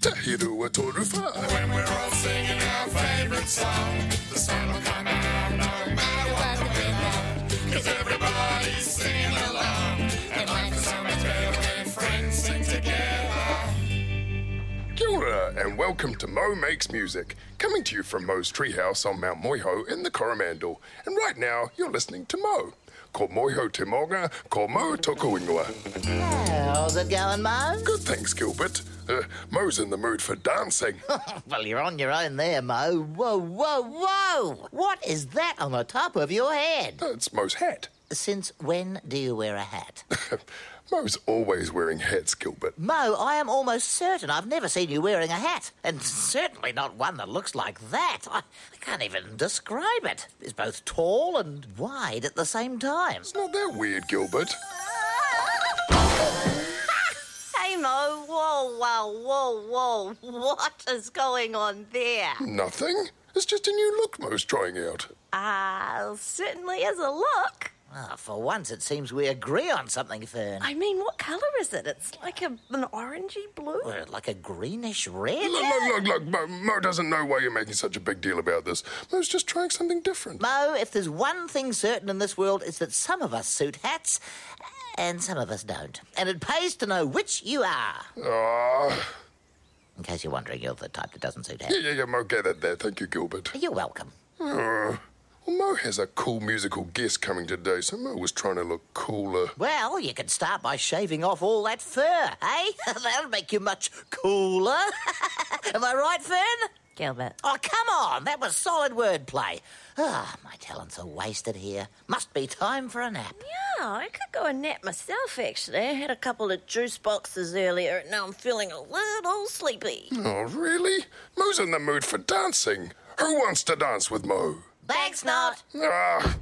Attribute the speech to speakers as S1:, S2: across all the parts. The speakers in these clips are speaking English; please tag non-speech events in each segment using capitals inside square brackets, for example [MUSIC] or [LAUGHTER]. S1: Tahiru a Torufa.
S2: When we're all singing our favorite song, the sun will come out no matter what the wind Cause everybody's singing along, and life is so much better when friends sing together.
S1: Kia ora, and welcome to Mo Makes Music, coming to you from Mo's treehouse on Mount Moiho in the Coromandel. And right now, you're listening to Mo. Ko Moiho te maunga, ko Mo toku ingoa.
S3: How's it going, Mo?
S1: Good thanks, Gilbert. Uh, Mo's in the mood for dancing.
S3: Well, you're on your own there, Mo. Whoa, whoa, whoa! What is that on the top of your head?
S1: it's Mo's hat.
S3: Since when do you wear a hat? [COUGHS]
S1: Mo's always wearing hats, Gilbert.
S3: Mo, I am almost certain I've never seen you wearing a hat, and certainly not one that looks like that. I, I can't even describe it. It's both tall and wide at the same time.
S1: It's not that weird, Gilbert.
S4: Hey Mo, whoa, whoa, whoa, whoa, what is going on there?
S1: Nothing. It's just a new look Mo's trying out.
S4: Ah, certainly is a look.
S3: Ah, for once, it seems we agree on something, Fern.
S4: I mean, what colour is it? It's like a, an orangey blue.
S3: Well, like a greenish red.
S1: Look, look, look, look. Mo, Mo doesn't know why you're making such a big deal about this. Mo's just trying something different.
S3: Mo, if there's one thing certain in this world, it's that some of us suit hats and some of us don't. And it pays to know which you are.
S1: Ah,
S3: In case you're wondering, you're the type that doesn't suit hats.
S1: [LAUGHS] yeah, yeah, yeah, Mo gathered that. Thank you, Gilbert.
S3: You're welcome.
S1: Uh, well, Mo has a cool musical guest coming today, so Mo was trying to look cooler.
S3: Well, you could start by shaving off all that fur, eh? [LAUGHS] That'll make you much cooler. [LAUGHS] Am I right, Fern?
S4: Gilbert.
S3: Oh, come on, that was solid wordplay. Ah, my talents are wasted here. Must be time for a nap.
S4: Yeah, I could go and nap myself, actually. I had a couple of juice boxes earlier, and now I'm feeling a little sleepy.
S1: Oh, really? Mo's in the mood for dancing. Who wants to dance with Mo?
S3: Thanks, not.
S1: Ah.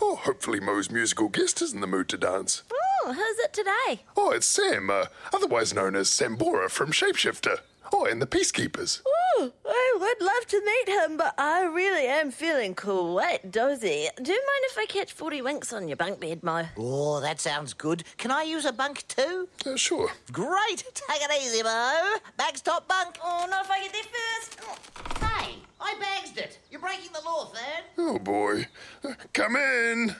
S1: Oh, hopefully Mo's musical guest is in the mood to dance.
S4: Oh, how's it today?
S1: Oh, it's Sam, uh, otherwise known as Sambora from Shapeshifter. Oh, and the Peacekeepers.
S4: Oh, I would love to meet him, but I really am feeling quite dozy. Do you mind if I catch 40 winks on your bunk bed, Mo?
S3: Oh, that sounds good. Can I use a bunk too?
S1: Uh, sure.
S3: Great. [LAUGHS] Take it easy, Mo. Backstop bunk.
S4: Oh, not if I get there first.
S3: Hey, I bagsed it. You're breaking the law, Fern.
S1: Oh, boy. Uh, come in.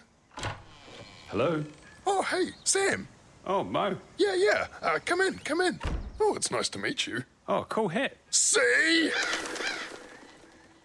S5: Hello.
S1: Oh, hey, Sam.
S5: Oh, Mo.
S1: Yeah, yeah. Uh, come in, come in. Oh, it's nice to meet you.
S5: Oh, cool hat.
S1: See?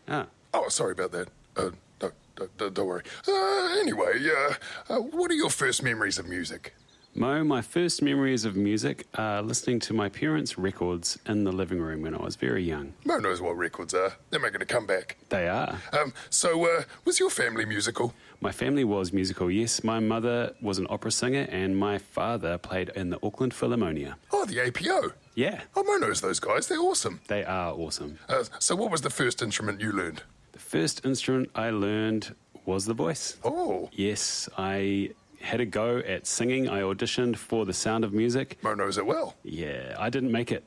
S5: Ah.
S1: Oh, sorry about that. Uh, don't, don't, don't- don't worry. Uh, anyway, uh, uh, what are your first memories of music?
S5: Mo, my first memories of music are listening to my parents' records in the living room when I was very young.
S1: Mo knows what records are. They're making a comeback.
S5: They are.
S1: Um, so, uh, was your family musical?
S5: My family was musical, yes. My mother was an opera singer and my father played in the Auckland Philharmonia.
S1: Oh, the APO.
S5: Yeah,
S1: Oh, Mo knows those guys. They're awesome.
S5: they are awesome.
S1: Uh, so, what was the first instrument you learned?
S5: The first instrument I learned was the voice.
S1: Oh,
S5: Yes, I had a go at singing. I auditioned for The Sound of Music.
S1: Mo knows it well.
S5: Yeah, I didn't make it.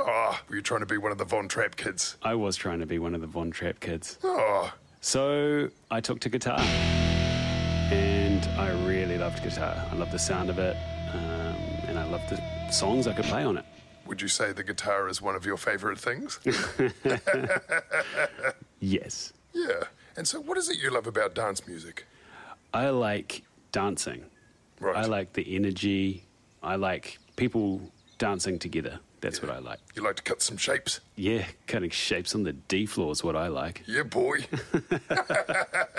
S1: Ah, were you trying to be one of the Von Trapp kids?
S5: I was trying to be one of the Von Trapp kids.
S1: Oh,
S5: So I took to guitar, and I really loved guitar. I loved the sound of it, um, and I loved the songs I could play on it.
S1: would you say the guitar is one of your favourite
S5: [LAUGHS]
S1: things?
S5: Yes,
S1: yeah. And so, what is it you love about dance music?
S5: I like dancing.
S1: Right.
S5: I like the energy. I like people dancing together. That's what I like.
S1: You like to cut some shapes?
S5: Yeah, cutting shapes on the D floor is what I like.
S1: Yeah,
S5: [LAUGHS]
S1: boy.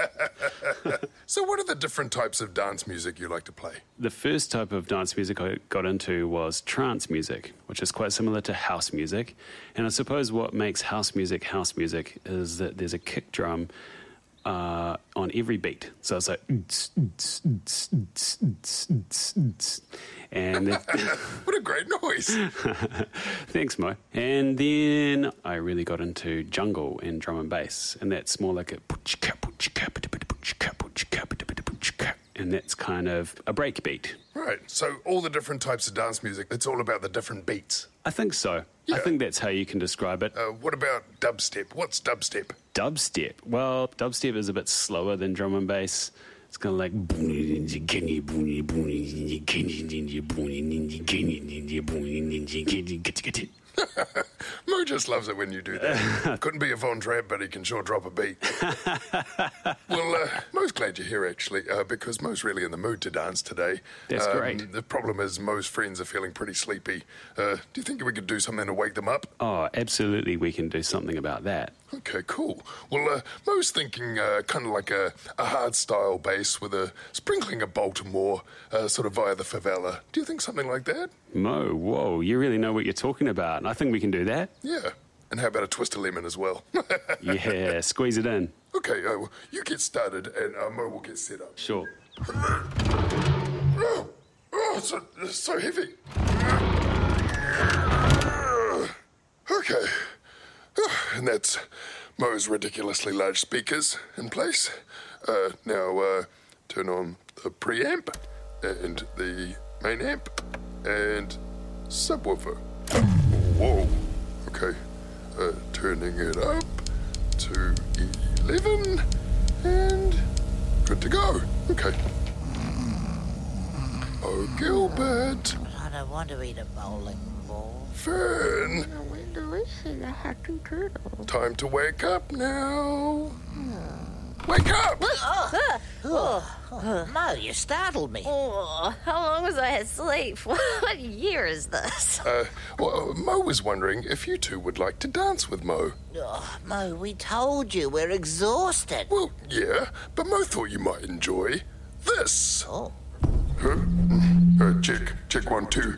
S1: [LAUGHS] so, what are the different types of dance music you like to play?
S5: The first type of dance music I got into was trance music, which is quite similar to house music. And I suppose what makes house music house music is that there's a kick drum uh, on every beat. So it's like, and then, [LAUGHS]
S1: What a great noise!
S5: thanks, Mo. And then I really got into jungle and drum and bass, and that's more like a, and that's kind of a break beat.
S1: right. So, all the different types of dance music, it's all about the different beats.
S5: I think so.
S1: Yeah.
S5: I think that's how you can describe it.
S1: Uh, what about dubstep? What's dubstep?
S5: dubstep. Well, dubstep is a bit slower than drum and bass. It's kind of like.
S1: Moo just loves it when you do
S5: [LAUGHS]
S1: that. Couldn't be a Von Trapp, but he can sure drop a beat. well, uh, Mo's glad you're here, actually, uh, because Mo's really in the mood to dance today. Um,
S5: That's great.
S1: The problem is Mo's friends are feeling pretty sleepy. Uh, do you think we could do something to wake them up?
S5: Oh, absolutely, we can do something about that.
S1: Okay, cool. Well, uh, Mo's thinking uh, kind of like a, a hard style bass with a sprinkling of Baltimore, uh, sort of via the favela. Do you think something like that?
S5: Mo, whoa, you really know what you're talking about. I think we can do that.
S1: Yeah. And how about a twist of lemon as well? [LAUGHS]
S5: Yeah, [LAUGHS] squeeze it in.
S1: okay, uh, well, you get started and uh, Mo will get set up.
S5: Sure.
S1: Oh, oh, it's so, it's so heavy. Okay. Oh, And that's Mo's ridiculously large speakers in place. Uh, now uh, turn on the preamp and the main amp and subwoofer. Whoa. Okay. Uh, turning it up to 11 and good to go. Okay. Oh, Gilbert,
S3: I don't want to eat a bowling ball.
S1: Fern,
S6: I wonder is it a hacking turtle?
S1: time to wake up now. Hmm. Wake up!
S3: Mo, you startled me.
S4: Oh, how long was I asleep? [LAUGHS] what year is this?
S1: Uh, well, Mo was wondering if you two would like to dance with Mo.
S3: Oh, Mo, we told you we're exhausted.
S1: Well, yeah, but Mo thought you might enjoy this.
S3: Oh.
S1: Huh? Uh, check, check one, two.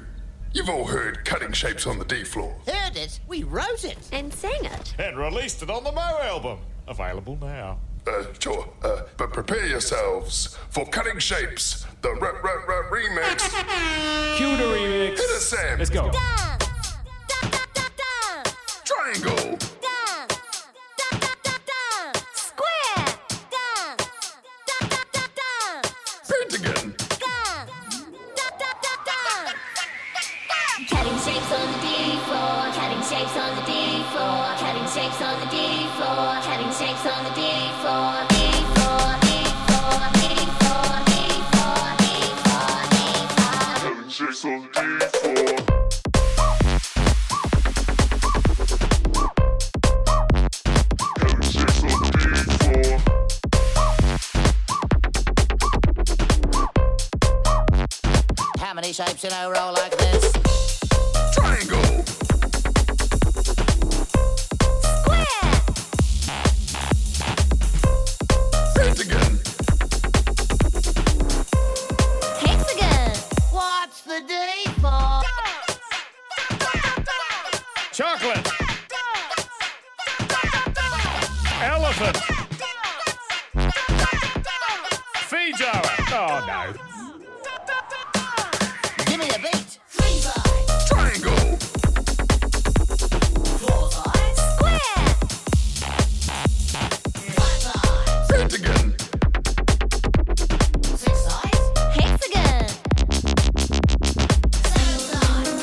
S1: You've all heard cutting shapes on the D floor.
S3: Heard it. We wrote it.
S6: And sang it.
S7: and released it on the Mo album. Available now.
S1: Uh, sure, uh, but prepare yourselves for cutting shapes, the r- r- r- remix.
S5: Cue the remix.
S1: Hit us, Sam.
S5: Let's go.
S1: Triangle. Pentagon.
S8: Cutting shapes on the D floor, cutting shapes on the D floor, cutting shapes on the D floor, cutting shapes on the D floor. D floor, D floor, D floor, D floor, D floor, D floor.
S3: How many shapes in a row like this?
S1: Triangle. Pentagon.
S3: What's the D for?
S7: Chocolate. Elephant. Fee jar. Oh, no.
S3: Give me a beat.
S1: Triangle. Pentagon.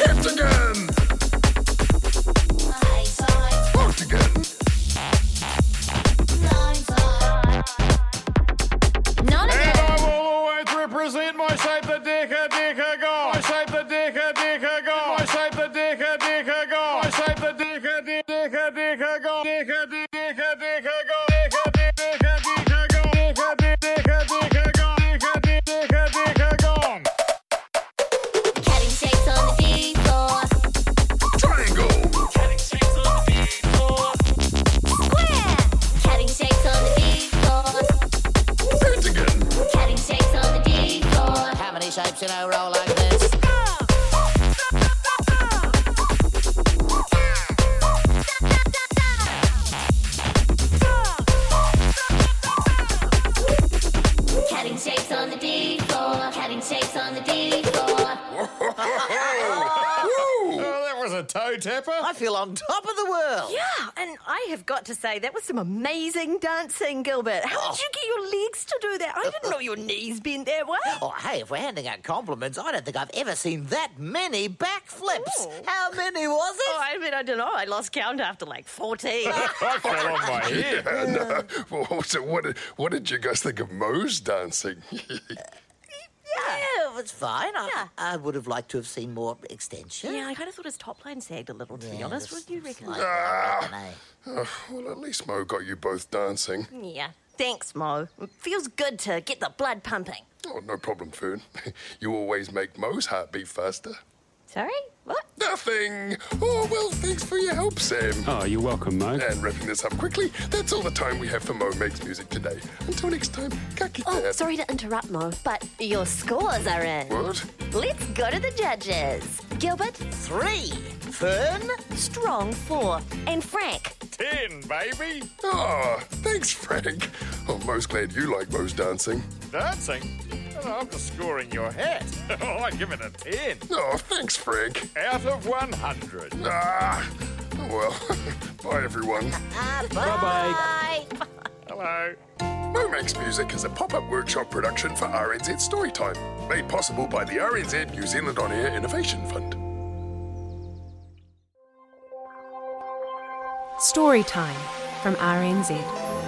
S1: Heptagon. Octagon.
S7: And I will always represent my shape, the dicker, dicker god. My shape, the dicker, dicker god. My shape, the dicker, dicker god. My shape, the dicker, di- dicker, dicker god. Dicker, di- dicker, dicker god. Dicker, di- dicker, dicker god. Dicker, di- dicker, dicker god. Dicker, di- dicker, dicker god.
S8: Cutting shapes on the D floor.
S1: Triangle.
S8: Cutting shapes on the D floor.
S1: Pentagon.
S8: Cutting shapes on the D floor.
S3: How many shapes in a row like this?
S8: Cutting shapes on the D floor. Cutting shapes on the D floor.
S1: Woo!
S7: Oh, that was a toe tapper.
S3: [LAUGHS] I feel on top of the world.
S4: Yeah, and I have got to say, that was some amazing dancing, Gilbert. How did you get your legs to do that? I didn't know your knees bent that way.
S3: [LAUGHS] Oh, hey, if we're handing out compliments, I don't think I've ever seen that many backflips. How many was it?
S4: Oh, I mean, I don't know. I lost count after like 14.
S7: I fell on my head.
S1: Yeah, no. [LAUGHS] [LAUGHS] Well, so what did, what did you guys think of Mo's dancing?
S4: Yeah,
S3: it's fine. I,
S4: Yeah.
S3: I would have liked to have seen more extension.
S4: Yeah, I kind of thought his top line sagged a little, to be
S3: Yeah,
S4: honest.
S3: this-
S4: What do you reckon?
S3: I, I reckon, eh?
S1: Oh, Well, at least Mo got you both dancing.
S4: Yeah. Thanks, Mo. It feels good to get the blood pumping.
S1: Oh, no problem, Fern. [LAUGHS] You always make Mo's heart beat faster.
S4: Sorry? What?
S1: Nothing! Oh, well, thanks for your help, Sam.
S5: Oh, you're welcome, Mo.
S1: And wrapping this up quickly, that's all the time we have for Mo Makes Music today. Until next time, kaki
S6: Oh, sorry to interrupt, Mo, but your scores are in.
S1: What?
S6: Let's go to the judges. Gilbert,
S3: Three. Fern?
S6: strong four, and Frank.
S7: Ten, baby.
S1: Oh, thanks, Frank. Oh, Mo's glad you like Mo's dancing.
S7: Dancing? No, no, I'm just scoring your hat. [LAUGHS] Oh, I give it a ten.
S1: Oh, thanks, Frank.
S7: Out of 100.
S1: Ah, oh well. [LAUGHS] Bye, everyone.
S7: Hello.
S1: Mo Makes Music is a pop up workshop production for RNZ Storytime, made possible by the RNZ New Zealand On Air Innovation Fund.
S9: Storytime from RNZ.